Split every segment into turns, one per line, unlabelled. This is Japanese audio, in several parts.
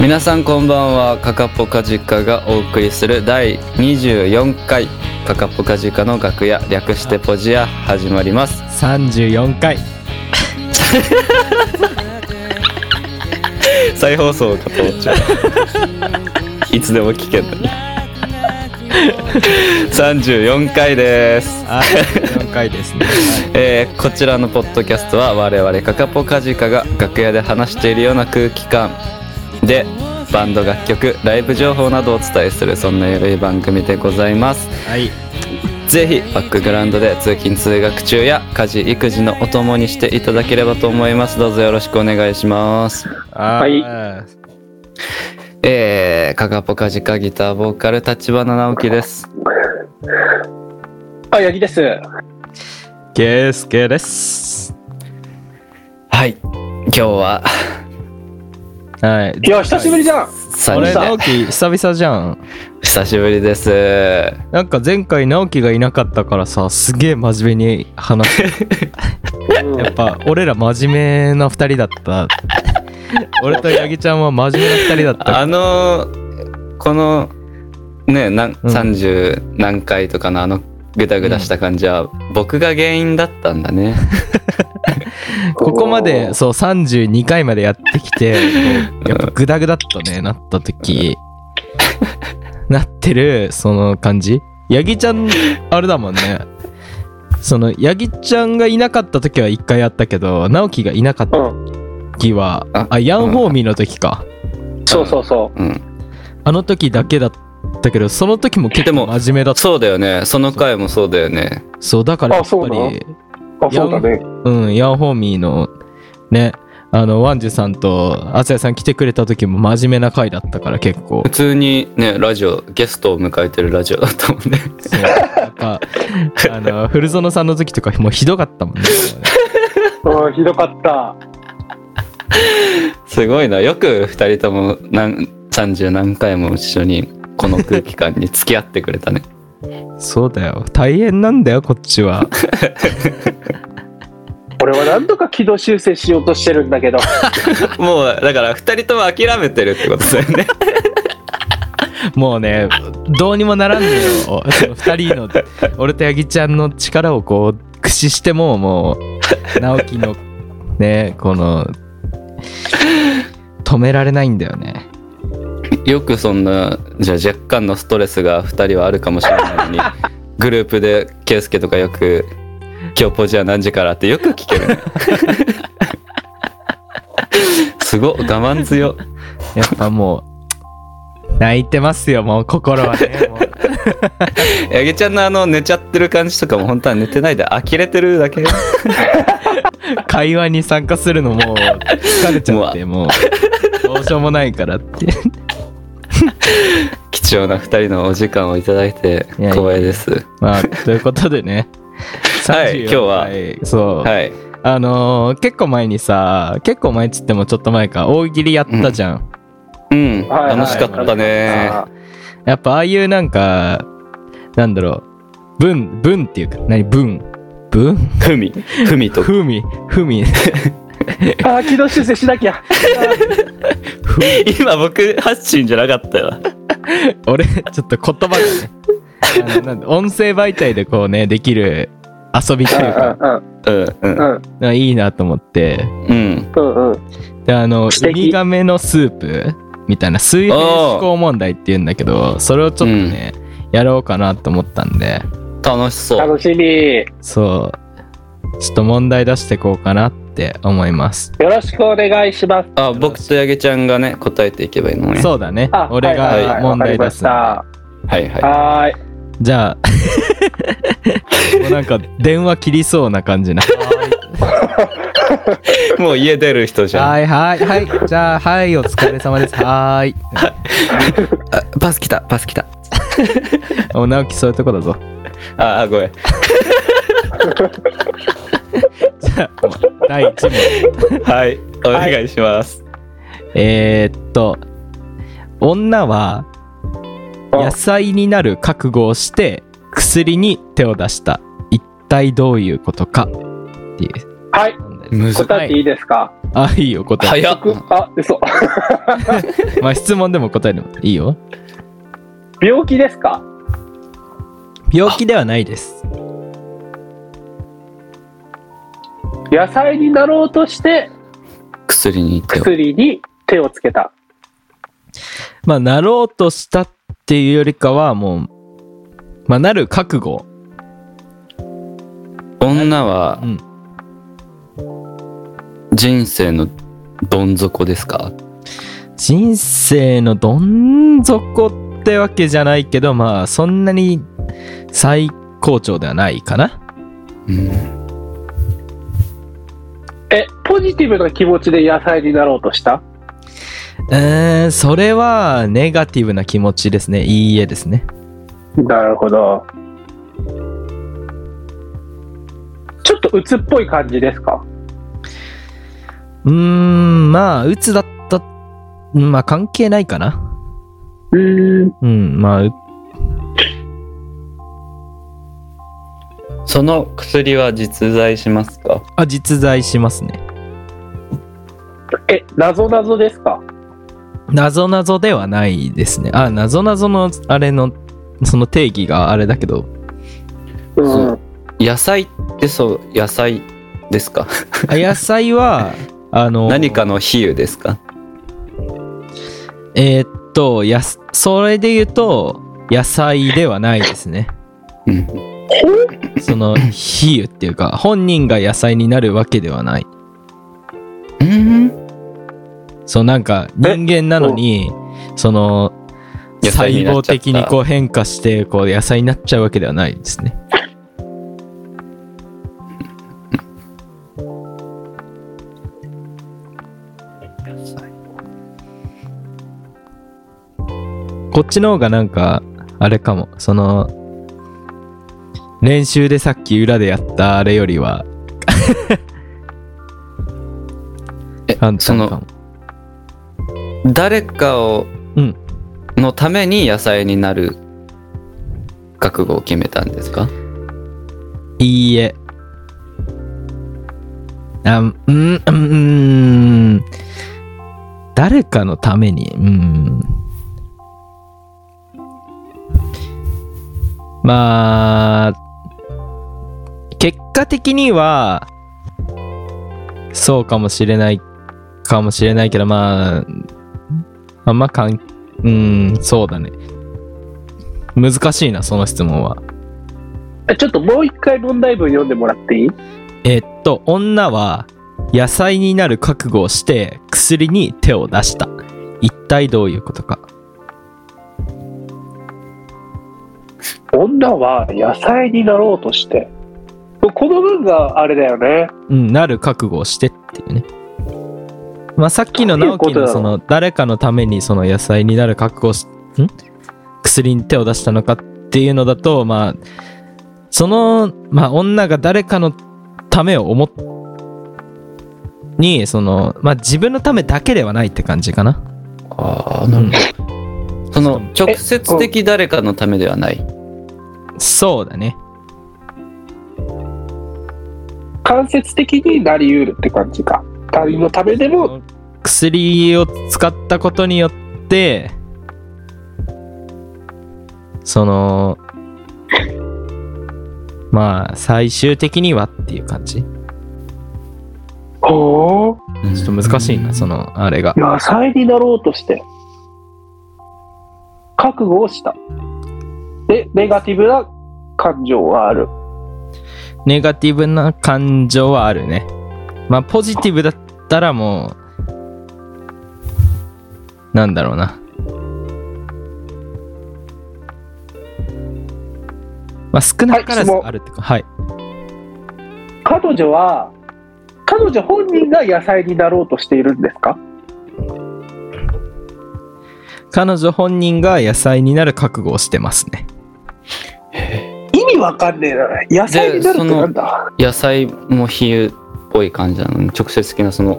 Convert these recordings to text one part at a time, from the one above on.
皆さんこんばんはカカポカジカがお送りする第24回カカポカジカの楽屋略してポジア始まります
34回
再放送かと思っちゃういつでも聞けるのに34回です
あ4回ですね、
えーこちらのポッドキャストは我々カカポカジカが楽屋で話しているような空気感でバンド楽曲ライブ情報などをお伝えするそんなゆるい番組でございます
はい、
ぜひバックグラウンドで通勤通学中や家事育児のお供にしていただければと思いますどうぞよろしくお願いします
はい
えー、かがぽかじかギターボーカル立花直樹です
あ、八木です。
ゲースケです
はい今日は
はい
いや、久しぶりじゃん。
あ
3
れ
人
直
で
樹久々じゃん
久しぶりです
なんか前回直樹がいなかったからさすげえ真面目に話 してやっぱ俺ら真面目な2人だった俺と八木ちゃんは真面目な2人だった
あのーこのねなん
うん
30何回とかのあのグダグダした感じは僕が原因だったんだね、
ここまでそう32回までやってき てやっぱグダグダっとねなった時 なってるその感じ八木ちゃんあれだもんねその八木ちゃんがいなかった時は1回あったけど直樹がいなかっ
う
た
ん。
時は
あ
あヤンホーミーの時か
そうそうそ
うん、
あの時だけだったけどその時も結
でも
構真面目だった
そうだよねその回もそうだよね
そうだからや
あ
っぱ
そうなの
り
う。あ、そうだね。
うん、ヤンホーミーのね、あの、ワンジュさんとアツヤさん来てくれた時も真面目な回だったから結構
普。通にねラジオゲストを迎えてるラジオだったもんね
そう。なんか、あの、古園さんの時とかもうひどかったもんね。
うん、ひどかった。
すごいなよく2人とも何30何回も一緒にこの空気感に付き合ってくれたね
そうだよ。大変なんだよ、こっちは。
俺は何度か軌道修正しようとしてるんだ けど。
もうだから2人とも諦めてるってことだよね
もうね、どうにもならんのよ。その二人の、俺とヤギちゃんの力をこう、駆使しても、もう、直樹の、ね、この、止められないんだよね。
よくそんなじゃあ若干のストレスが2人はあるかもしれないの にグループで圭介とかよく「今日ポジは何時から?」ってよく聞ける ねすごっ我慢強っ
やっぱもう、泣いてますよ、もう心 はね。もう
八木ちゃんのあの寝ちゃってる感じとかも本当は寝てないで呆れてるだけ
会話に参加するのもう疲れちゃって、もう、どうしようもないからって。
貴重な2人のお時間をいただいて
いやいや
光栄です
まあ、ということでね。
はい
34
今日は
回そう。
はい
あのー結構前にさ、結構前っつってもちょっと前か、大喜利やったじゃん。
うん、
はいはい
楽しかったね
あ
やっぱああいうなんか、なんだろう、文、文っていうか、何、文文
ふみふみと
風味風味
ー、軌道修正しなきゃ。
今僕発信じゃなかったよ
俺ちょっと言葉がねあのなんだ音声媒体でこうねできる遊びって
う
いうか
うんうん
ん、
なんかいいなと思って
うん
うん、うん、うん。
であの
素
ウ
敵
ミガメのスープみたいな水平思考問題っていうんだけどそれをちょっとね、やろうかなと思ったんで
楽しそう
楽しみ。
そうちょっと問題出してこうかなって思います
よろしくお願いします。
あ僕と八木ちゃんがね答えていけばいいのね
そうだね
あ、
俺
はいはいは
が
い
問題出すんで、
わか
はいは
りまし
い
た。はーい。
じゃあ もうなんか電話切りそうな感じな
もう家出る人じゃん
はいはい はい。じゃあ、はい、お疲れ様です。はーい。
パス来たパス来た
お、直樹、そういうとこだぞ。
ああごめん
じゃあ、第1問。
はいお願いします、
えー、っと、女は
あ
野菜になる覚悟をして薬に手を出した。一体どういうことかっていう
はい。
問題です。
むず
答えていいですか。
あ、いいよ、答え。
早っ
あ、嘘。
まあ、質問でも答えでもいいよ。
病気ですか
病気ではないです。
野菜になろうとして
薬に行ってよ
薬に手をつけた。
まあ、なろうとしたっていうよりかは、もう、まあ、なる覚悟。
女は
うん。
人生のどん底ですか
人生のどん底ってわけじゃないけど、まあ、そんなに最高潮ではないかな。
うん
え、ポジティブな気持ちで野菜になろうとした
えー、それは、ネガティブな気持ちですね。いいえですね。
なるほど。ちょっと鬱っぽい感じですか
うーん、まあ、鬱だった、まあ、関係ないかな。
うーん。
うん、まあ、う
その薬は実在しますか
あ、実在しますね。
え、なぞなぞですか
なぞなぞではないですね。あ、なぞなぞの、あれの、その定義があれだけど、
うん。
そう野菜ってそう野菜ですか
あ野菜は、あの、
何かの比喩ですか
えーっと、やす、それで言うと、野菜ではないですね。
うん
その、比喩っていうか、本人が野菜になるわけではない。
うん
そう、なんか、人間なのに、その、
野
細
菜になっちゃ
胞
った
的にこう変化して、こう、野菜になっちゃうわけではないですね。こっちの方がなんか、あれかも、その、練習でさっき裏でやったあれよりは、
え
簡
そ
単か
の
も。
誰かを
うん
のために野菜になる覚悟を決めたんですか
いいえ。あ、うん、うん、うん。誰かのために、うん。まあ、結果的には、そうかもしれない、かもしれないけど、まあ、あんまかん、うん、そうだね。難しいな、その質問は。
えちょっともう一回問題文読んでもらっていい
えっと、女は野菜になる覚悟をして薬に手を出した。一体どういうことか。
女は野菜になろうとして。この文があれだよね。
うん、なる覚悟をしてっていうね。まあ、さっきの
どういう
直
こ
樹
と
の
だろう
その誰かのためにその野菜になる覚悟をし、ん薬に手を出したのかっていうのだと、まあ、その、まあ、女が誰かのためを思っ、に、その、まあ、自分のためだけではないって感じかな。
ああ
うん、
その直接的誰かのためではない
そうだね。
間接的になり得るって感じか。他人のためでも、
薬を使ったことによってそのまあ最終的にはっていう感じち
ほう
ょっと難しいなそのあれが
野菜になろうとして覚悟をしたでネガティブな感情がある
ネガティブな感情はあるねまあポジティブだったらもうなんだろうなまあ少なからず
はい質問
あるってかはい
彼女は彼女本人が野菜になろうとしているんですか
彼女本人が野菜になる覚悟をしてますね。
意味わかんねえな野菜になるってなんだ
野菜も比喩っぽい感じなのに直接的なその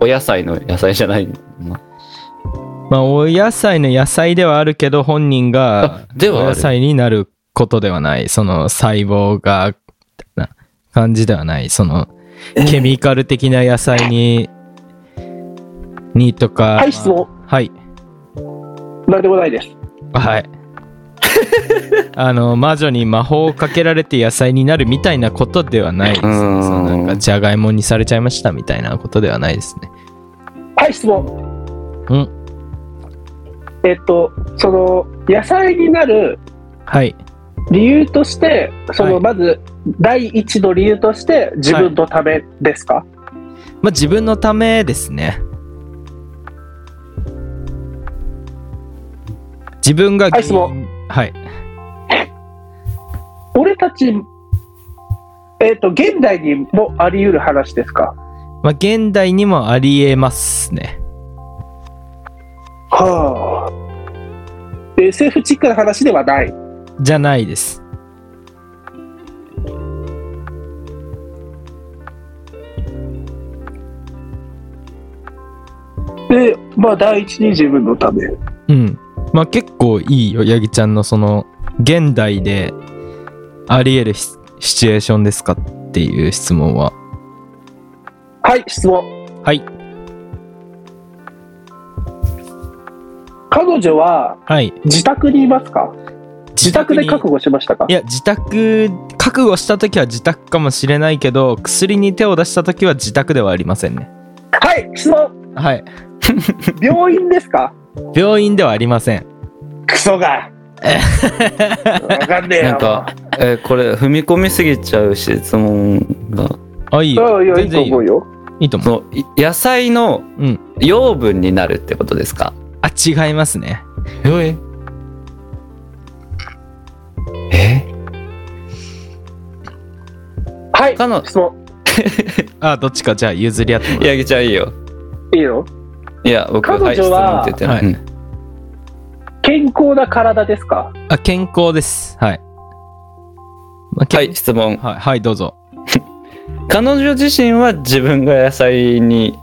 お野菜の野菜じゃないの
まあ、お野菜の野菜ではあるけど、本人が
あで
お
はあ
野
る
菜になることではない。その細胞が、な感じではない。その、ケミカル的な野菜ににとか。
はい、質問。
はい。
なんでもないです。
はい。あの魔女に魔法をかけられて野菜になるみたいなことではないです、ね。
う
そ
ん
のなんかじゃがいもにされちゃいましたみたいなことではないですね。
はい、質問。
うん。
えっと、その、野菜になる
はい。
理由として、その、
はい
まず、第一の理由として、自分のためですか、
まあ自分のためですね。自分が
はい質問
はい。
俺たち、えっと、現代にもあり得る話ですか
まあ現代にもありえますね。
はあ。SF チックな話ではない。
じゃないです。
で、まあ、第一に自分のため。
うん。まあ結構いいよ、ヤギちゃんのその、現代であり得るシシチュエーションですかっていう質問は。
はい、質問。
はい。
彼女は
はい。
自宅にいますか自宅で
に
覚悟しましたか
いや、自宅、覚悟したときは自宅かもしれないけど、薬に手を出したときは自宅ではありませんね。
はい、質問。
はい。
病院ですか
病院ではありません。
ク ソが。わかんねえよ。
なんか、えーこれ踏み込みすぎちゃうし質問が
あ、いいよ。
うん、いや、
全
いいと
然いい
思
よ
う。よ。
いいと思。
そうのい野菜の
うん
養分になるってことですか、
あ、違いますね。
ええ
はい
他の、
質問。
あ、どっちかじゃあ譲り合ってもらう
八木ちゃんいいよ
いいの
いや僕
彼女は
はい、質問って言って
健康な体ですか
あ、健康です。はい。まあ
るは
健
い質問
はい、はい、どうぞ。
彼女自身は自分が野菜に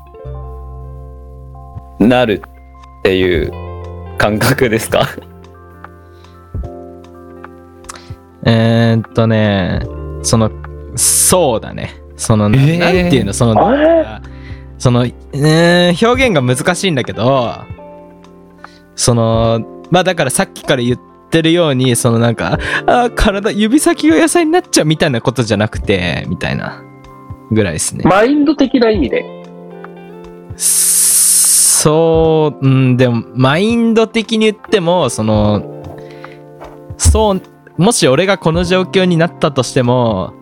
なるっていう感覚ですか
えー、っとね、その、そうだね。その、
えー
なんていうの、その、
あれ
その、うーん、表現が難しいんだけど、その、まあだからさっきから言ってるように、そのなんか、あー体、指先が野菜になっちゃうみたいなことじゃなくて、みたいな、ぐらいですね。
マインド的な意味で。
そう、うん、でも、マインド的に言っても、その、そう、もし俺がこの状況になったとしても、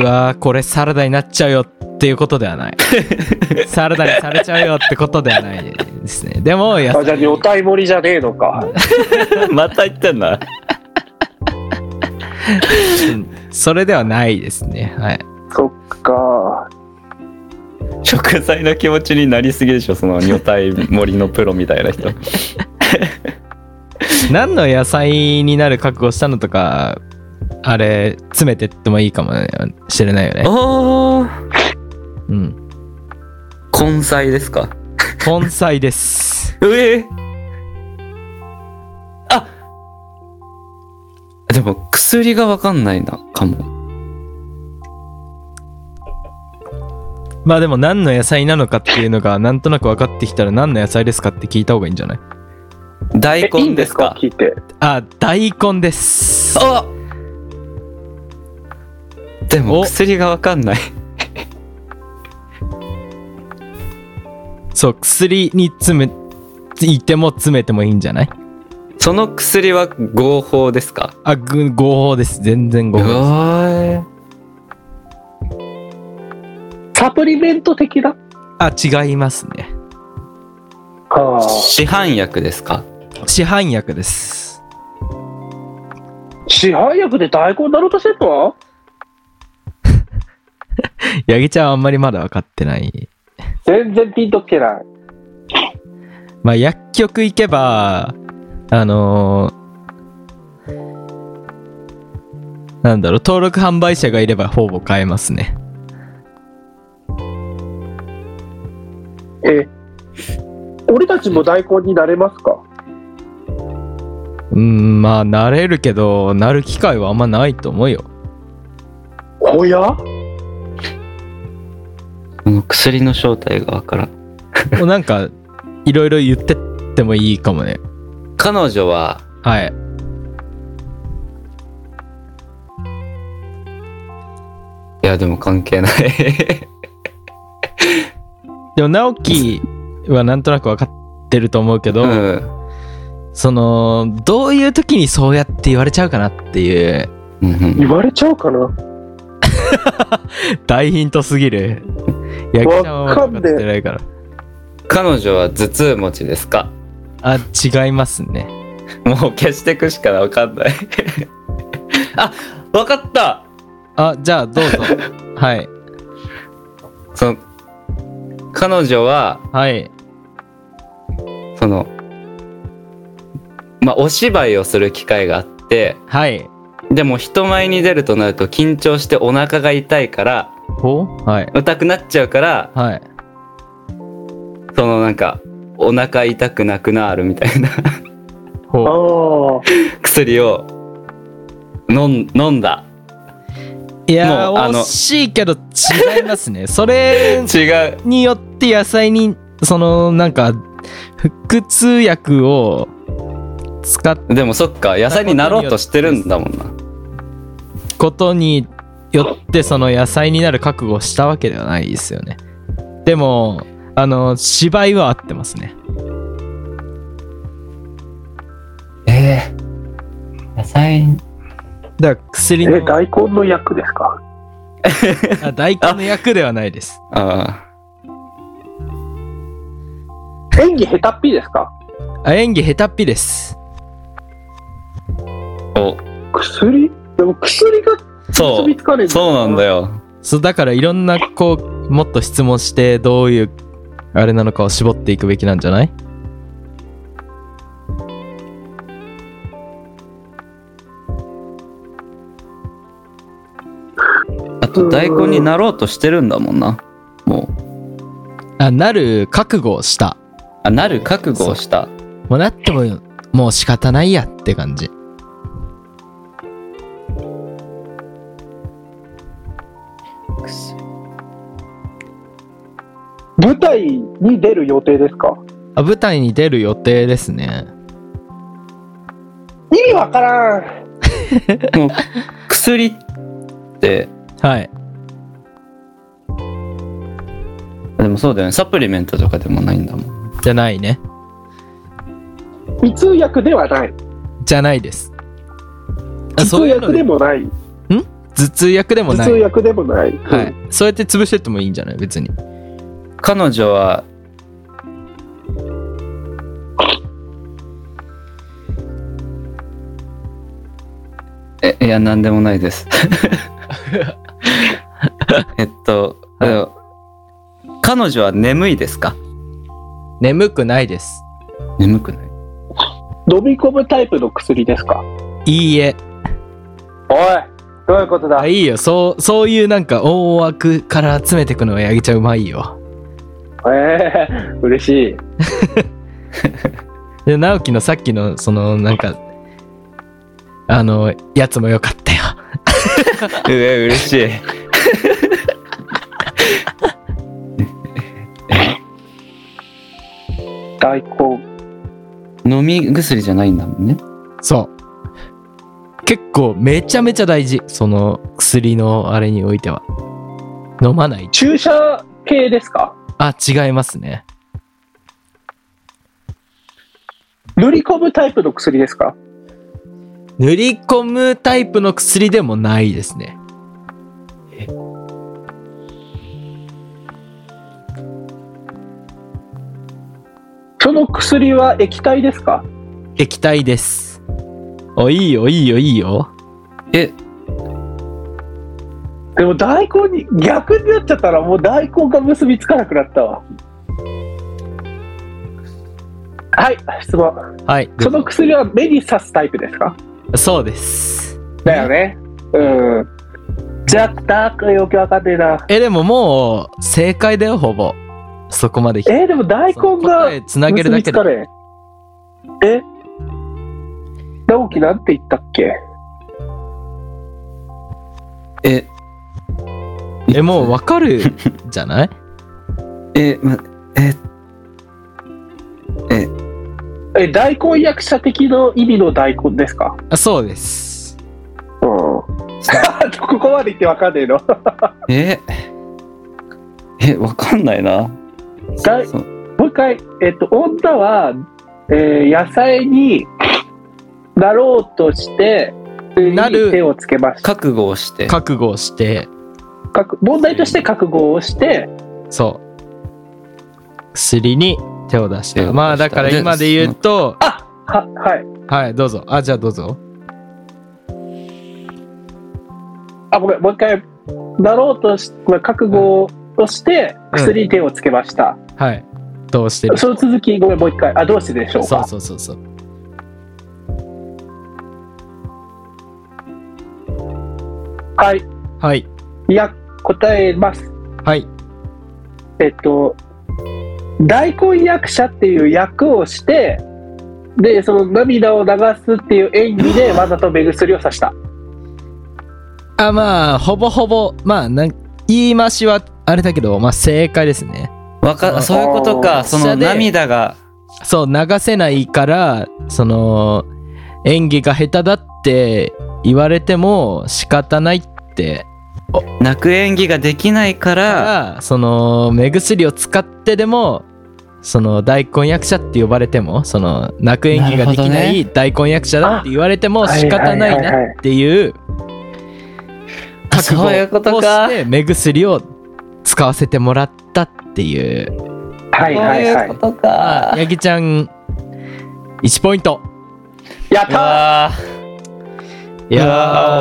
うわーこれサラダになっちゃうよっていうことではない。サラダにされちゃうよってことではないですね。でも、野
あ、じゃあ、
菜
女体盛りじゃねえのか。
また言ってんな
それではないですね。はい。
そっか。
食材の気持ちになりすぎでしょその女体森のプロみたいな人
何の野菜になる覚悟したのとか、あれ、詰めてってもいいかもしれないよね。
おお
うん。
根菜ですか
根菜です。
うえあでも薬がわかんないなかも
まあでも何の野菜なのかっていうのがなんとなく分かってきたら何の野菜ですかって聞いた方がいいんじゃない
大
え、いい
根
ん
で
ですす
か
か聞いて。
あ、大根です。
あでも
お
薬がわかんない
そう、薬に詰め、いても詰めてもいいんじゃない
その薬は合法ですか
あ、ぐ合法です。全然合法。
ーい
サプリメント的な
あ、違いますね。
はあ。
市販薬ですか
市販薬です。
市販薬で大根だろうとしてんの
ヤギちゃんはあんまりまだ分かってない。
全然ピンときてない。
まあ薬局行けば、あのーなんだろう、登録販売者がいればほぼ買えますね。
え、俺たちも大根になれますか
うん、まあ、慣れるけど、なる機会はあんまないと思うよ。
おや
この薬の正体がわからん
もうなんか、いろいろ言ってってもいいかもね。
彼女は
はい。
いやでも関係ない
でも、直樹はなんとなく分かってると思うけど、
うん
その、どういう時にそうやって言われちゃうかなっていう、
うんうん
言われちゃうかな
大ヒントすぎる。八木ちゃんはまだ分かってないから。
彼女は頭痛持ちですか
あ、違いますね。
もう消していくしかわかんない あわかった
あ、じゃあ、どう ぞ。はい。
その彼女は
はい。
そのまあお芝居をする機会があって
はい。
でも人前に出るとなると緊張してお腹が痛いから
ほうはい。
痛くなっちゃうから
はい。
そのなんかお腹痛くなくなるみたいな
ほう。
あ
薬を飲ん飲んだ
いや
もうあ
ー
の
惜しいけど違いますねそれ
違う
によって野菜にそのなんか腹痛薬を使う
でもそっか野菜になろうとしてるんだもんな
ことによってその野菜になる覚悟をしたわけではないですよねでもあの芝居は合ってますね
えー、野菜
だから薬
あえ
の
大根の役ですか
あ大根の役ではないです
あ
演技下手っぴですか
あ演技下手っぴです
あお
薬でも薬が
そ
結びつかねえ
うそうなんだ
よ
よ
そうだからいろんなこうもっと質問してどういうあれなのかを絞っていくべきなんじゃない
あと大根になろうとしてるんだもんなもう
あなる覚悟をした
あなる覚悟をした
もうなってももう仕方ないやって感じ
舞台に出る予定ですか
あ舞台に出る予定ですね
意味わからん
もう薬って
はい
でもそうだよねサプリメントとかでもないんだもん
じゃないね
胃痛薬ではない
じゃないです
胃
あ
痛
そういう
薬
の
で
で
もない
頭痛薬でも
頭
な
痛
い、
薬でもない、
はい、そうやって潰してってもいいんじゃない別に
彼女はえいや何でもないです えっと、
はい
あの彼女は眠いですか
眠くないです
眠くない
飲み込むタイプの薬ですか
いいえ
おいどういうことだ
あいいよそうそういうなんか大枠から集めてくのはやぎちゃんうまいよ
えー、嬉しい
で直樹のさっきのそのなんかあのやつも良かったよ
うえ嬉しい
大根
飲み薬じゃないんだもんね
そう。結構めちゃめちゃ大事。その薬のあれにおいては。飲まない。
注射系ですか
あ、違いますね。
塗り込むタイプの薬ですか
塗り込むタイプの薬でもないですね。
その薬は液体ですか
液体です。お、いいよ、いいよ、いいよ。
え
でも大根に逆になっちゃったらもう大根が結びつかなくなったわはい質問
はい。
その薬は目に刺すタイプですか
そうです。
だよねうんじゃあダークよくわかんねえな
え、でももう、正解だよ、ほぼ。そこまで来
えーでも大
その
根が
答えつなげる
結
だ
び
け
つ
で
か。ねええ直樹なんて言ったっけ
え
え、もうわかるじゃない
え、ま、え、
え、大根役者的の意味の大根ですか
あそうです。
うん。 ここまで言ってわかんねえの。
え、え、わかんないな。
だい
そう
もう一回、えっと、女は、えー野菜になろうとして、
なる
手をつけました。
覚悟をして。
覚悟をして、
覚問題として覚悟をして、
そう。薬に手を出し
手を出した
た。まあだから
で
今で言うと、
は、はい。
はい、どうぞ。あ、じゃあどうぞ。
あ、ごめん、もう一回、なろうとし、まあ覚悟をして、
うん
薬に手をつけました。
はい。どうしてる
その続き、ごめん、もう一回、あ、どうしてでしょう
そう
か。
そうそうそう。
はい。
はい。
いや、答えます。
はい。
えっと、大根役者っていう役をして、で、その涙を流すっていう演技でわざと目薬をさした。
あ、まあ、ほぼほぼ、まあ、なん言い回しはあれだけど、まあ正解ですね。
わか、そういうこと
あ
か。
ー
その
下で
涙が。
そう、流せないから、その、演技が下手だって言われても仕方ないって
泣く演技ができないから
からその目薬を使ってでもその大根役者って呼ばれてもその泣く演技ができ
な
な
るほど
い大根役者だって言われても
あ
仕方ないなっていう
あ
覚悟
そういうこと
を
か
して目薬を使わせてもらったっていう
は
そう
いはいはいい
こ。
う
と
あ
か
八木ちゃん1ポイント
やった
わ
い
ー
や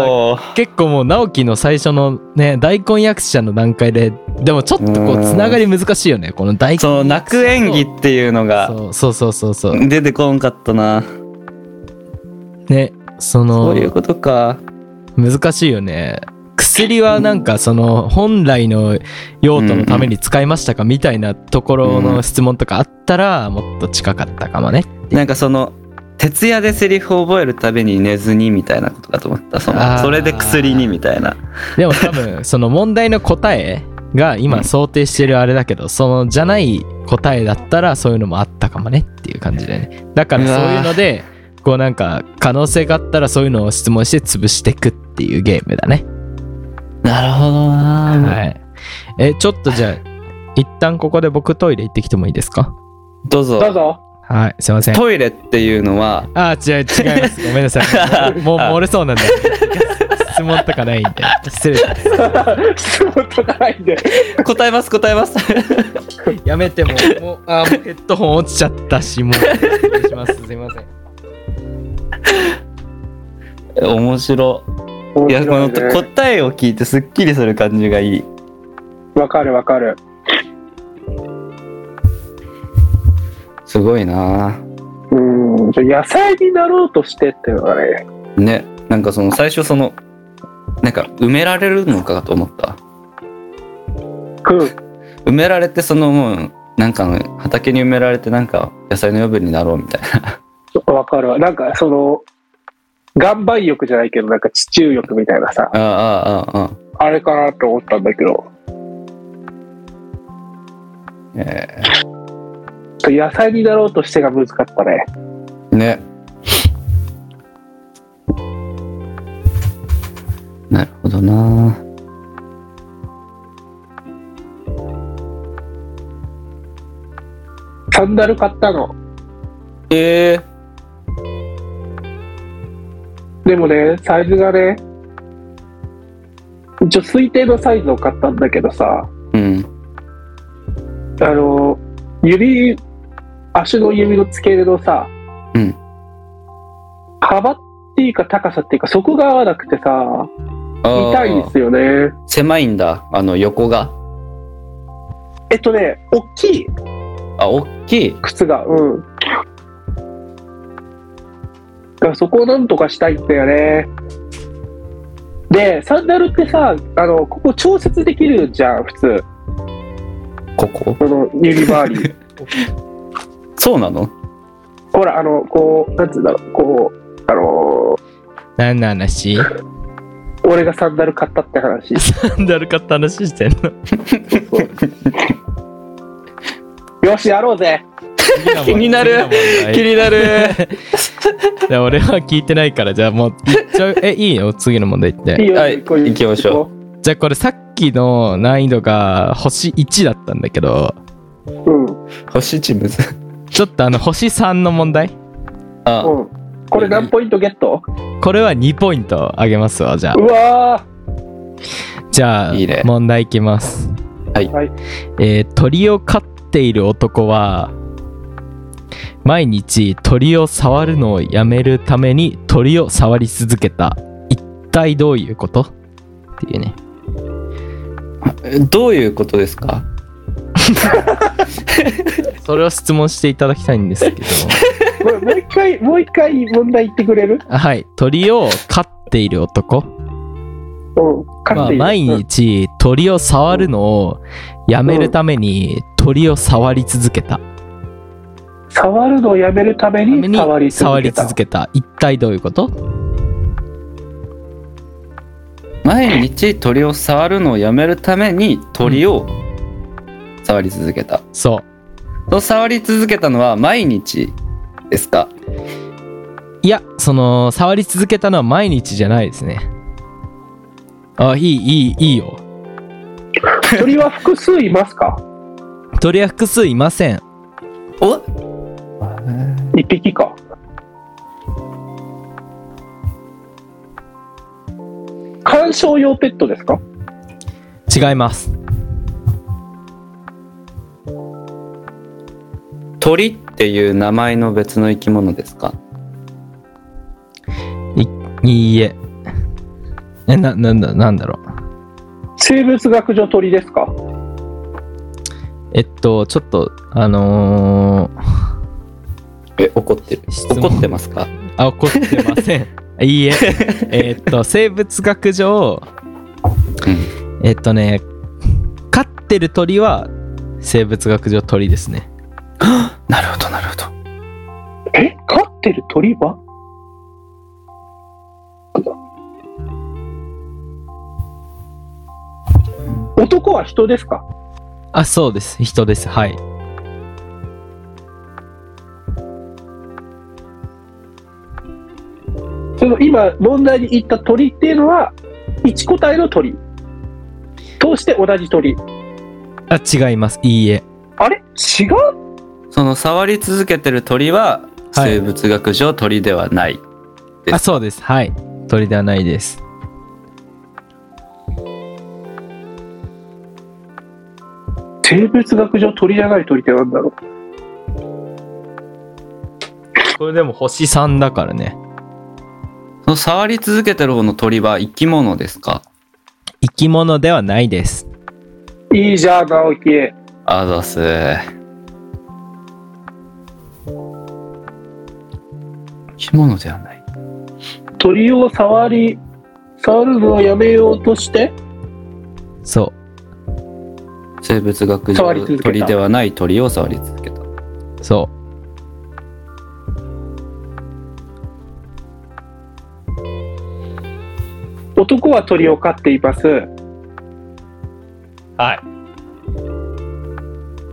ー
わ
結構もう直樹の最初のね大根役者の段階ででもちょっとこ
う
うんつながり難しいよねこの大根
ーその泣く演技っていうのが
そうそうそうそうそう
出てこんかったな
ねそ
そ
の
ういうことか
難しいよね薬はなんかその本来の用途のために使いましたかみたいなところの質問とかあったらもっと近かったかもね
なんかその徹夜でセリフを覚えるたびに寝ずにみたいなことかと思ったそ
あ
の
ー
それで薬にみたいな
でも 多分その問題の答えが今想定してるあれだけどそのじゃない答えだったらそういうのもあったかもねっていう感じだよねだからそういうのでこうなんか可能性があったらそういうのを質問して潰していくっていうゲームだね
なるほどな
はいえちょっとじゃあ一旦ここで僕トイレ行ってきてもいいですか
どう
ど
ぞ
うぞ。
はいすいません
トイレっていうのは
あ違う違います ごめんなさいもうもう
あ
漏れそうなんで質問とかないんで失礼します
質問とかないんで。
答えます答えます
やめてもうもうあーもうヘッドホン落ちちゃったしもう失礼しますすいません
面白いやこの
面白いね
答えを聞いてすっきりする感じがいい
わかるわかる。
すごいな
うん。じゃあ野菜になろうとしてっていうのがね。
ねなんかその最初そのなんか埋められるのかと思った
うん。
埋められてそのもうなんかの畑に埋められてなんか野菜の余分になろうみたいな
わかるわ。なんかその、岩盤浴じゃないけど、なんか地中浴みたいなさ、
ああああああ
あれかなと思ったんだけど。
え
野菜になろうとしてが難かったね。
ーねなるほどな
サンダル買ったの。
え
でもね、サイズがね、一応推定のサイズを買ったんだけどさ、
えうん
あの、指、足の指の付け根のさ、
うん
幅っていうか高さっていうか、そこが合わなくてさ、
あ
痛いんで
あ
すよね。
狭いんだあの横が
えっとね、大きい
あ大きい
靴が、うん。だからそこをなんとかしたいんだよね。で、サンダルってさ、あの、ここ調節できるじゃん、普通。
ここ
この指回り。
そうなの
ほら、あの、こう、なんつうんだろう、こう、あの
何の話
ー俺がサンダル 買ったって話。
サンダル買った話してんの
よし、やろうぜ。
気になる気になる
いや俺は聞いてないからじゃあもういっちゃうえいいよ次の問題いっ
い
て
いよ、
はい
こういう
行きましょう
こ
じゃあこれさっきの難易度が星1だったんだけど
う。うん。うん。
星チームズ
ちょっとあの星3の問題
あ
これ何ポイントゲット
これは2ポイントあげますわじゃあ
うわ
じゃあ
いいね
問題いきます
はい
はい
えー鳥を飼っている男は毎日鳥を触るのをやめるために鳥を触り続けた一体どういうことっていうね
どういうことですか
それを質問していただきたいんです けど
ーもうもう一回、もう一回問題言ってくれる
あはい鳥を飼っている男
うん。勝
は
っていい
毎日鳥を触るのをやめるために鳥を触り続けた
うん触るのをやめるため
ため
に
に
触り
触
続け
り
た。
続けた一体どういうこと
毎日鳥を触るのをやめるために鳥を触り続けた、
そう
その触り続けたのは毎日ですか
いや、その、触り続けたのは毎日じゃないですね。あ、いい、いい、いいよ。
鳥は複数いますか
鳥は複数いません。
お
一匹か。観賞用ペットですか
違います。
鳥っていう名前の別の生き物ですか
いいえ。え、な、なんだ、なんだろう。
生物学上鳥ですか
えっと、ちょっと、あのー、
え怒ってる
質問
怒ってますか
あ、怒ってませ ん。いいえ。えっと、生物学上、えっとね、飼ってる鳥は、生物学上鳥ですね。
なるほどなるほど
え飼ってる鳥は男は人ですか
あ、そうです。人です。はい。
その今問題に言った鳥っていうのは一個体の鳥通して同じ鳥
あ、違います。いいえ。
あれ違う
その触り続けてる鳥は
はい
生物学上鳥ではない、
あそうですはい鳥ではないです
生物学上鳥じゃない鳥ってなんだろ
これでも星3だからね
その触り続けてる方の鳥は生き物ですか
生き物ではないです
ういいじゃん直樹
あざっす生き物ではない
鳥を触り触るのをやめようとして
そ
生物学
触り続
上
けた
鳥ではない鳥を触り続けた
うそ
男は鳥を飼っています
うはい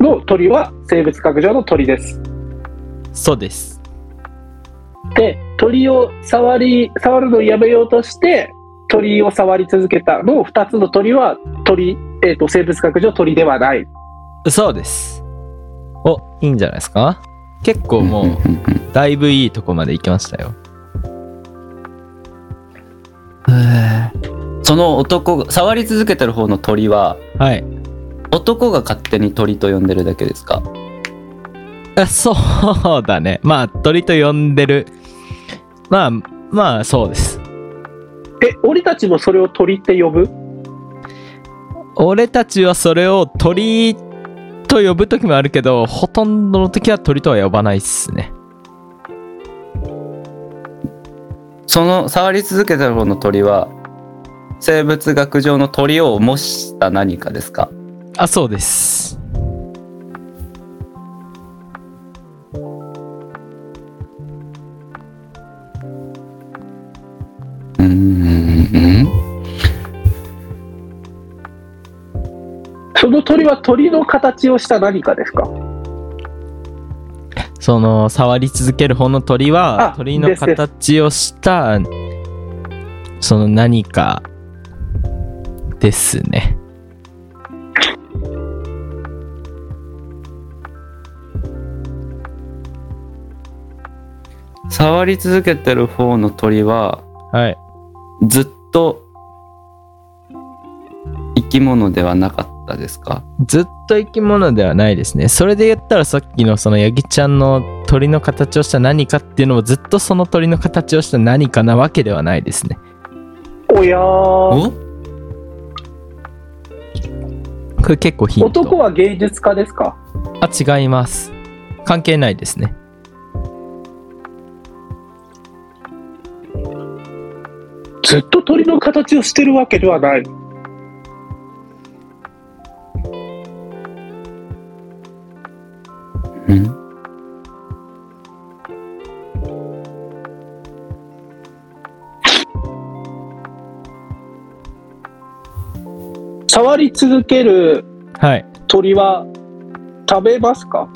の鳥は生物学上の鳥です
そうです
で鳥を触り触るのをやめようとして鳥を触り続けたの2つの鳥は鳥、えー、と生物学上鳥ではない
そうですおいいんじゃないですか結構も
うんうんうん
うだいぶいいとこまで行きましたよ
その男が触り続けてる方の鳥は
はい
男が勝手に鳥と呼んでるだけですか
あそうだねまあ鳥と呼んでるまあまあそうです
え俺たちもそれを鳥って呼ぶ
俺たちはそれを鳥と呼ぶ時もあるけどほとんどの時は鳥とは呼ばないっすね
その触り続けてる方の鳥は生物学上の鳥を模した何かですか
あそうです
うーん
その鳥は鳥の形をした何かですか
その触り続ける方の鳥は
あ
鳥の
ですです
形をしたその何かですね
触り続けてる方の鳥は
はい
ずっと生き物ではなかったですか
ずっと生き物ではないですねそれで言ったらさっきのそのヤギちゃんの鳥の形をした何かっていうのもずっとその鳥の形をした何かなわけではないですね
おやー
お
これ結構ヒント
男は芸術家ですか
あ違います関係ないですね
ずっと鳥の形をしてるわけではない
うん
触り続ける
はい
鳥は食べますか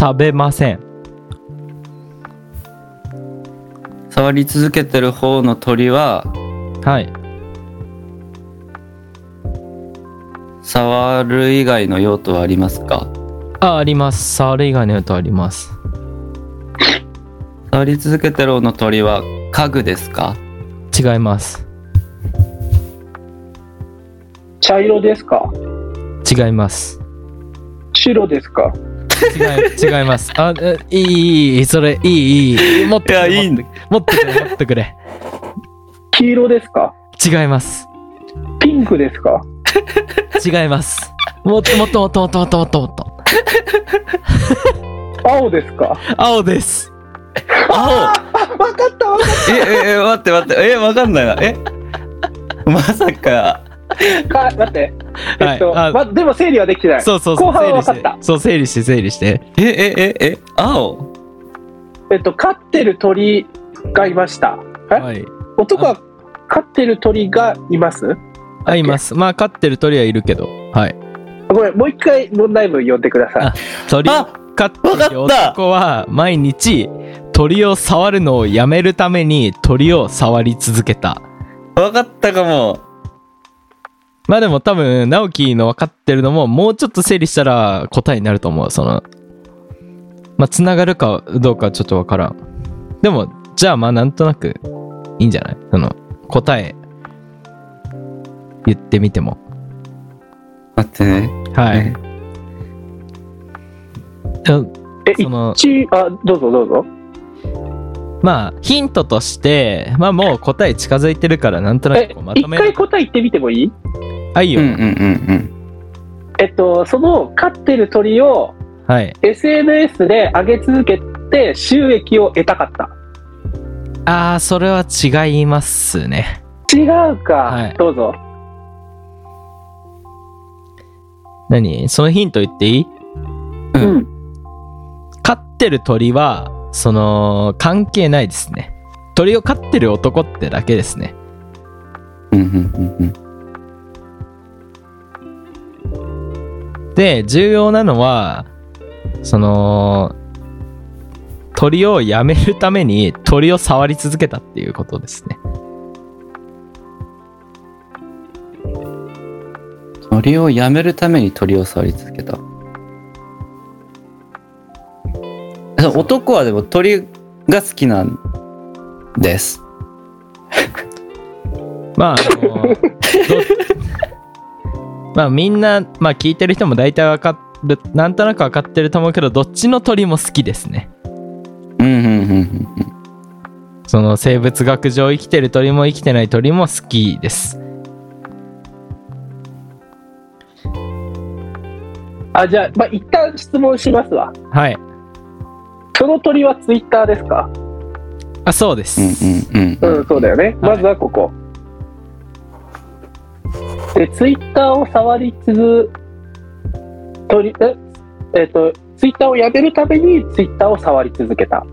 食べません
触り続けてる方の鳥は
はい
触る以外の用途はありますか
ああります触る以外の用途あります
触り続けてる方の鳥は家具ですか
違います
茶色ですか
違います
白ですか
違い違い ますあえいいいいいいそれいいいい持ってくれ持って
だ
持ってくれ持ってくれ
黄色ですか
違います
ピンクですか
違いますもっともっともっともっともっともっともっと
青ですか
青です
青
分かったわかっ
えええ待って待ってえわかんないなえ まさか
た か待ってえっと、
はいあ
ま、でも整理はできてない
そうそうそう
後半
整
は
理
分か
し
った
てそう整理して整理して
ええええ青
えっと飼ってる鳥がいましたえ
はい
男は飼ってる鳥がいます
あいますまあ飼ってる鳥はいるけどはい
ごめんもう一回問題文読んでください
鳥
あ
飼ってる
わかった
男は毎日鳥を触るのをやめるために鳥を触り続けた
わかったかも
まあでも多分直樹の分かってるのももうちょっと整理したら答えになると思うそのまあつながるかどうかはちょっと分からんでもじゃあまあなんとなくいいんじゃないその答え言ってみても
待ってね
はい、
ね
え
その
一あどうぞどうぞ
まあヒントとしてまあもう答え近づいてるからなんとな
え
くこうま
一
とめ
回答え言ってみてもいい
あいいよ、
うんうんうん
えっとその飼ってる鳥を
はい
SNS で上げ続けて収益を得たかった
ああそれは違いますね
違うか、
はい
どうぞ
何そのヒント言っていい
うんう
う
ん
ん
飼ってる鳥はその関係ないですね鳥を飼ってる男ってだけですね
うんうんうん
で重要なのはその鳥をやめるために鳥を触り続けたっていうことですね
鳥をやめるために鳥を触り続けたえ男はでも鳥が好きなんです
まああのど まあみんな、まあ、聞いてる人も大体わかるなんとなくわかってると思うけどどっちの鳥も好きですね
うんうんうんうんうん
その生物学上生きてる鳥も生きてない鳥も好きです
あじゃあ、まあ、一旦質問しますわ
はい
その鳥はツイッターですか
あそうです、
うんう
うん
うん
んそうだよね、まずはここでツイッターを触り続鳥ええっ、とツイッターをやめるためにツイッターを触り続けた
は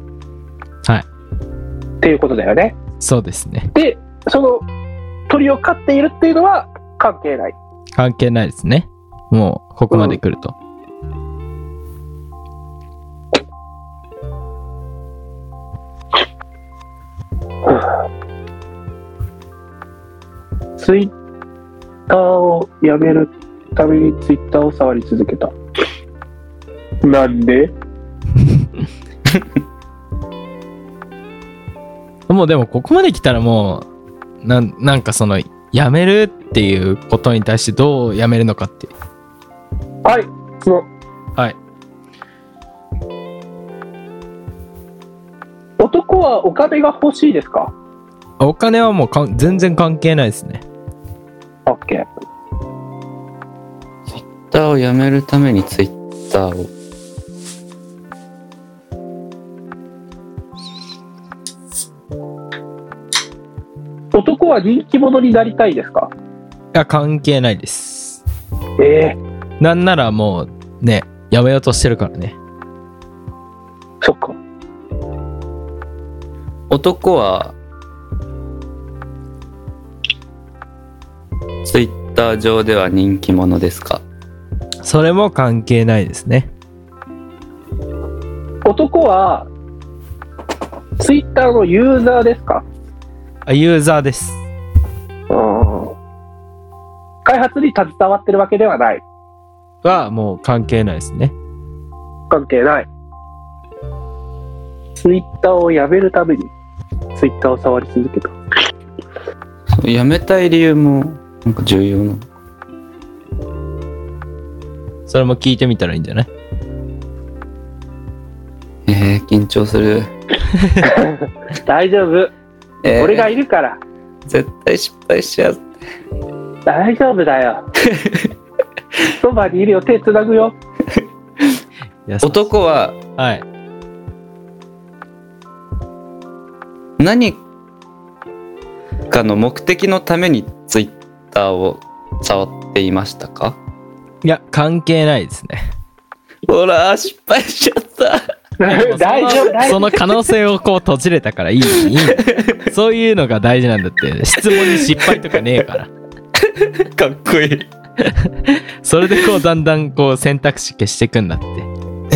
い
っていうことだよね
そうですね。
でその鳥を飼っているっていうのは関係ない
関係ないですね。もう、ここまで来ると。
ツイッターをやめるためにツイッターを触り続けた。なんで
もうでもここまで来たらもうなんなんかそのやめるっていうことに対してどうやめるのかって
はい、その、
はい
男はお金が欲しいですか
お金はもうかん全然関係ないですね
?OK。
ツイッターをやめるためにツイッターを。
男は人気者になりたいですか
いや関係ないです
ええ
なんならもうねやめようとしてるからね
そっか。
男は、ツイッター上では人気者ですか
それも関係ないですね
男は、ツイッターのユーザーですか
あユーザーです
開発に携わってるわけではない。
はもう関係ないですね
関係ない。ツイッターをやめるために、ツイッターを触り続けた。
やめたい理由も、なんか重要な。
それも聞いてみたらいいんじゃない
えー、緊張する。
大丈夫。
えー
俺がいるから。
絶対失敗しちゃう。
大丈夫だよ。そばにいるよ。手つなぐよ。
いや
男は
はい
何かの目的のためにツイッターを触っていましたか
いや関係ないですね
ほら、失敗しちゃった。
大丈夫、大丈
そ
夫。
の可能性をこう閉じれたからいいいいそういうのが大事なんだって質問に失敗とかねえから
かっこいい。
それでこうだんだんこう選択肢消してくんだって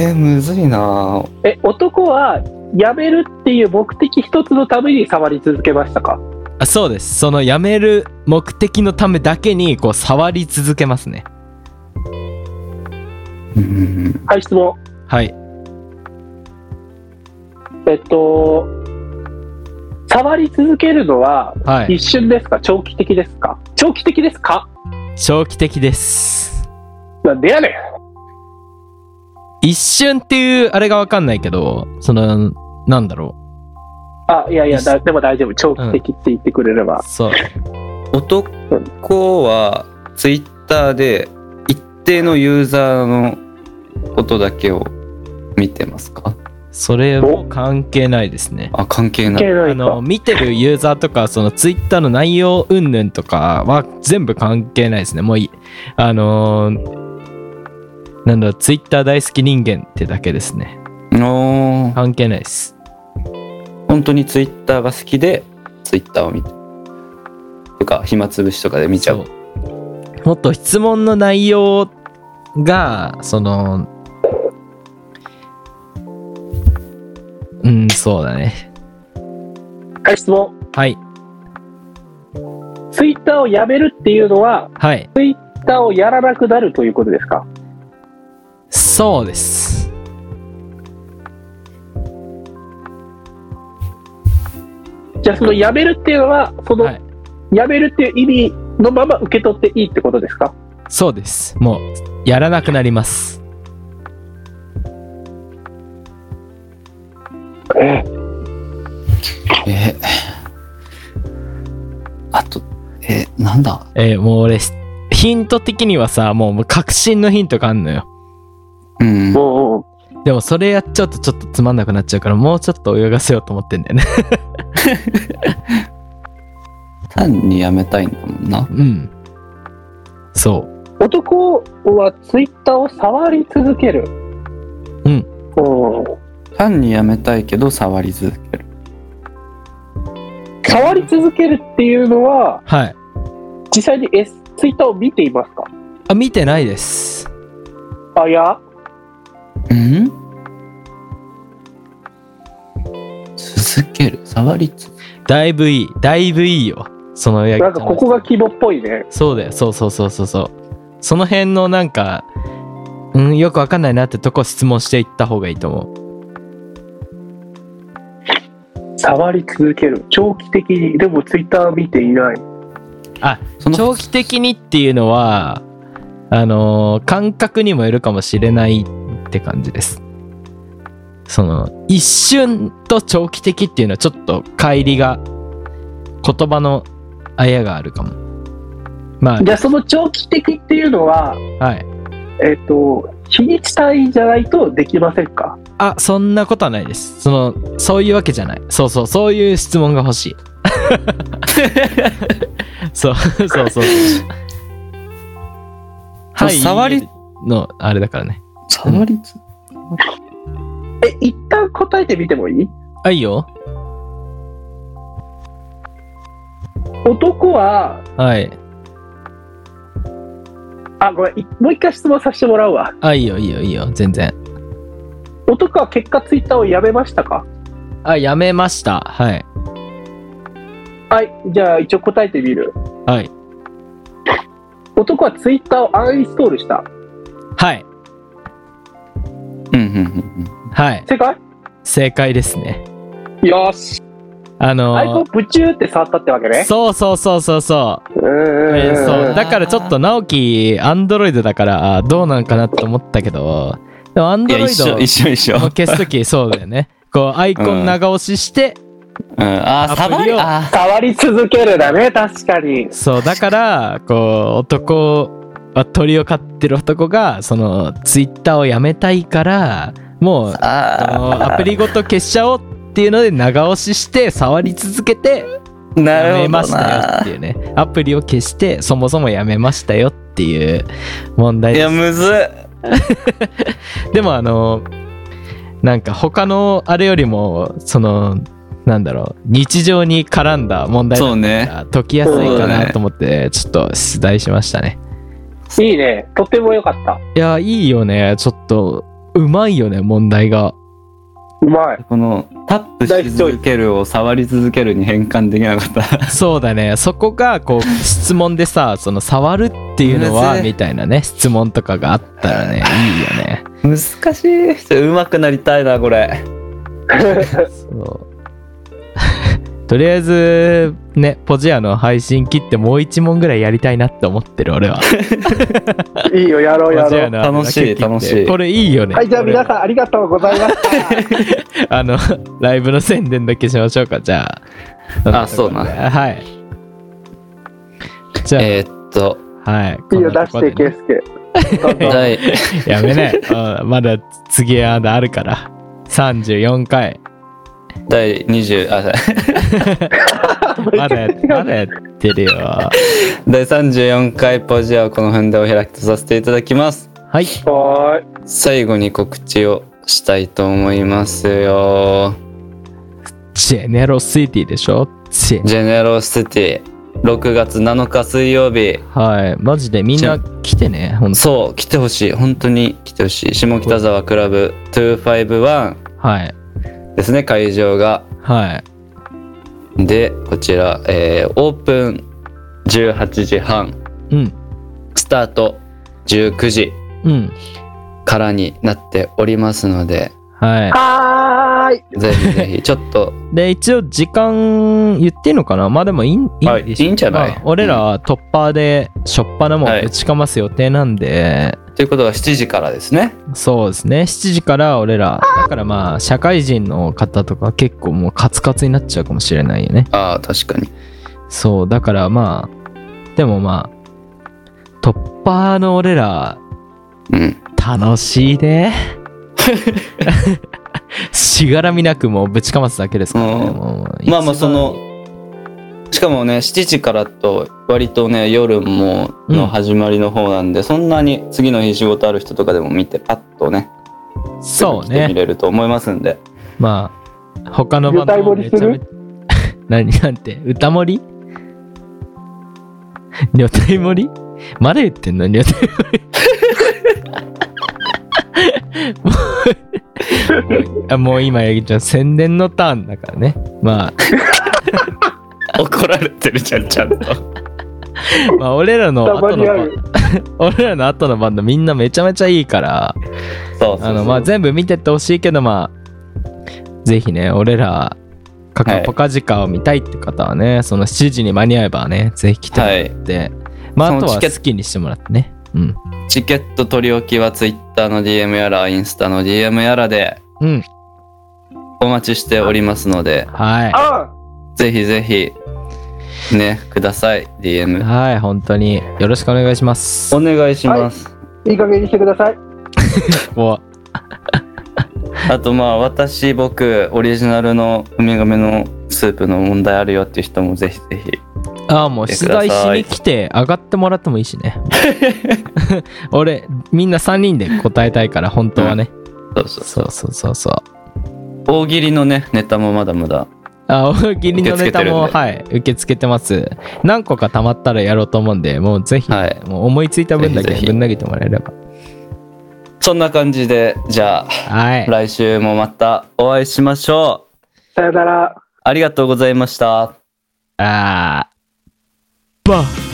えー、むずいなぁ
え、男は、やめるっていう目的一つのために触り続けましたか
あそうですそのやめる目的のためだけにこう触り続けますね
うん
はい、質問。
はい
えっと、触り続けるのは、
はい
一瞬ですか長期的ですか長期的ですか
長期的です
なんでやねん
一瞬っていうあれがわかんないけどそのなんだろ
あいやいやだでも大丈夫長期的って言ってくれれば
う、そう
男はツイッターで一定のユーザーのことだけを見てますか
それも関係ないですね
あ関係
い
な
け
い
な
あ
い
の
と
見てるユーザーとかそのツイッターの内容云々とかは全部関係ないですねもういあのーなんだろうツイッター大好き人間ってだけですね
おー
関係ないです
本当にツイッターが好きでツイッターを見てとか暇つぶしとかで見ちゃう
そうもっと質問の内容がそのうんそうだね
はい質問
はい
ツイッターをやめるっていうのは
はい
ツイッターをやらなくなるということですか
そうです
じゃあそのやめるっていうのはその、
はい
やめるっていう意味のまま受け取っていいってことですか
そうですもうやらなくなります
え
えあとえなんだ
えーもう俺、ヒント的にはさ、もうもう確信のヒントがあんのよ。
うん
もう
でもそれやっちゃうとちょっとつまんなくなっちゃうから、もうちょっと泳がせようと思ってんだよね。
単にやめたいんだもんな
うん。そう。
男はツイッターを触り続ける
うん
うん
単にやめたいけど触り続ける
触り続けるっていうのは
はい。
実際に、S、ツイッターを見ていますか
あ、見てないです。
あいや
うん続ける触り続ける
だいぶいい。だいぶいいよ。そのヤギちゃ
なんんか
の
ここが規模っぽいね。
そうだよそうそうそうそうそうその辺のなんかうんよくわかんないなってとこ質問していった方がいいと思う
触り続ける。長期的に。でもツイッター見ていない。
その
長期的にっていうのはあのー感覚にもよるかもしれないって感じですその一瞬と長期的っていうのはちょっと乖離が言葉のあやがあるかもま
じゃあその長期的っていうのは、
あはい
えっ、と、日にち単位じゃないとできませんか
あそんなことはないですそのそういうわけじゃないそうそうそういう質問が 欲しいそうそうそうそうはい
触り
のあれだからね
触りつ
え、一旦答えてみてもいい
あいいよ
男は、
はい
あ、ごめん、いもう一回質問させてもらうわ。
あいいよいいよいいよ全然
男は結果ツイッターをやめましたか
あやめましたはい
はい、じゃあ一応答えてみる。
はい
男はツイッターをアンインストールした。
はい
うんうんうん
はい
正解
正解ですね
よし。
あのー
アイコンブチューって触ったってわけね。
そうそうそうそうそう
うーん
えーそううだからちょっと直樹アンドロイドだからあーどうなんかなと思ったけどでもアン
い
ド
や
ロイ
一
ド
緒一緒一緒、うん、
消すと きそうだよねこうアイコン長押しして、
ああ
アプリ
触り
を
あー
触り続けるだね、確かに。
そうだからこう男は鳥を飼ってる男がそのツイッターをやめたいからもうその
あ
アプリごと消しちゃおうっていうので長押しして触り続けて
ーな
や
る
め
ほ
ま
ど
したよっ
な
ていうねアプリを消してそもそもやめましたよっていう問題
い
です
やむず
でもあのなんか他のあれよりもそのなんだろう日常に絡んだ問
い
題だ
そ
か
うね
ら解きやすいか
そうだ
な
ね
と思ってちょっと出題しましたね
いいね、とても良かった。
いやいいよねちょっとうまいよね問題が
うまい。
このタップし続けるを触り続けるに変換できなかった
そうだねそこがこう質問でさその触るっていうの
む
は
ずい
みたいなね質問とかがあったらねいいよね
難しいちょ上手くなりたいなこれ
そう とりあえずねポジアの配信切ってもう一問ぐらいやりたいなって思ってる俺は
いいよ、やろうや
ポジ
ろ
ア
う。
の
楽しい
切って
楽しい
これいいよね
はい、じゃあ皆さんありがとうございました。
んあのライブの宣伝だけしましょうかじゃあ
あそうな
はいじゃあ、
えーっと
はい
いいよ、
こんな
出
とこ
し
で
て、
ね
ケースケ。どんどん
第
やめない。うんまだ次まだあるから。34回。
第20あ
まだやまだやってるよ。は
第34回ポジアをこの辺でお開きとさせていただきます
い。
はーい。
最後に告知をしたいと思いますよ
ジェネロシティでしょジェ
ジェネロシティ6月7日水曜日
はい。マジでみんな来てね。ほんと
そう来てほしい本当に来てほしい下北沢クラブ251
はい。
ですね会場が
はい。
でこちら、えーオープン18時半
うん。
スタート19時
うん。
からになっておりますので
は
はーい。
ぜひぜひちょっと
い。で、一応時間言ってんのかなまあでもいいんいい
はい
んでしょ
いいんじゃない
まあ俺らは突破で、しょっぱなもん打ちかます予定なんで、
ということは7時からですね
そうですね7時から俺らだからまあ社会人の方とか結構もうカツカツになっちゃうかもしれないよね
ああ確かに
そうだからまあでもまあトッパーの俺ら
うん
楽し いねしがらみなくもうぶちかますだけですからね
うん
もう
まあまあそのしかもね7時からと割とね夜も
うん
の始まりの方なんで、そんなに次の日仕事ある人とかでも見てパッとねすぐ
そう
来て見
ね
れると思いますんで、
まあ他のバンドもめちゃめちゃ何なんて 歌盛り女体盛りまだ言ってんの女体盛 りもうあもう今やぎちゃん宣伝のターンだからねまあ
怒られてるじゃんちゃん と
まあ俺らの
たま
後の
にあ
バン
る。
俺らの後のバンドみんなめちゃめちゃいいから
そうそうそう
あのまあ全部見てってほしいけどまあぜひね俺らカカポカジカを見たいって方はね、その7時に間に合えばねぜひ来てもらって、まああ
その
とは
チケット
好きにしてもらってねうん
チケット取り置きは Twitter の DM やらインスタの DM やらで
うん
お待ちしておりますので
は
あ
ぜひぜひねください
い
DM
はい本当によろしくお願いします
お願いします、
いい加減にしてください。
もう
あとまあ私僕オリジナルのウミガメのスープの問題あるよっていう人もぜひぜひ
ああもう
来て
出
ください
題しに来て上がってもらってもいいし ね俺みんな3人で答えたいから本当はね、
そうそう
そうそうそうそう
大喜利のねネタもまだまだ
あ大喜利のネ
受け付けて
タも
るんで
はい受け付けてます何個か溜まったらやろうと思うんでもうぜひ、
はい
もう思いついた分だ
ぜ
け
ひぜひ
ぶん投げてもらえれば
そんな感じでじゃあ
はい
来週もまたお会いしましょう
さよなら。
ありがとうございました
あーバー